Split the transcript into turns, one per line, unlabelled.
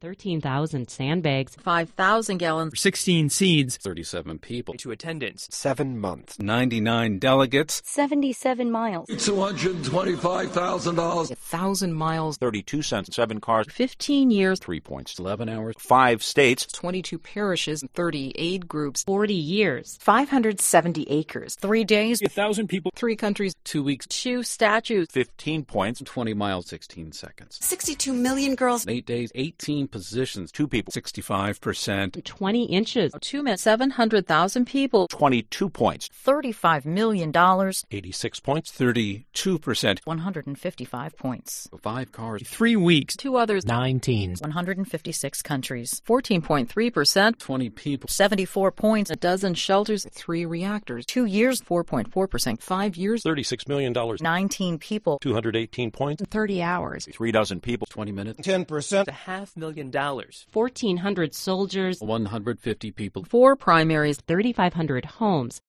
13,000 sandbags,
5,000 gallons,
16 seeds,
37 people,
to attendance,
seven months,
99 delegates,
77 miles.
a 1,000 miles,
32 cents, 7 cars,
15 years,
3 points, 11 hours,
5 states,
22 parishes, 30 aid groups,
40 years,
570 acres,
3 days,
1,000 people,
3 countries,
2 weeks,
2 statues,
15 points,
20 miles, 16 seconds,
62 million girls.
8 days, 18 positions,
2 people,
65%,
20 inches,
2 men, 700,000 people,
22 points,
$35 million,
86 points,
32%,
155 points,
5 cars,
3 weeks,
2 others,
19,
156 countries,
14.3%,
20 people,
74 points,
a dozen shelters, 3 reactors, 2 years, 4.4%, 5 years,
$36 million,
19 people,
218 points,
30 hours,
3 dozen people,
20 minutes,
a half million dollars,
1,400 soldiers,
150 people,
4 primaries,
3,500 homes,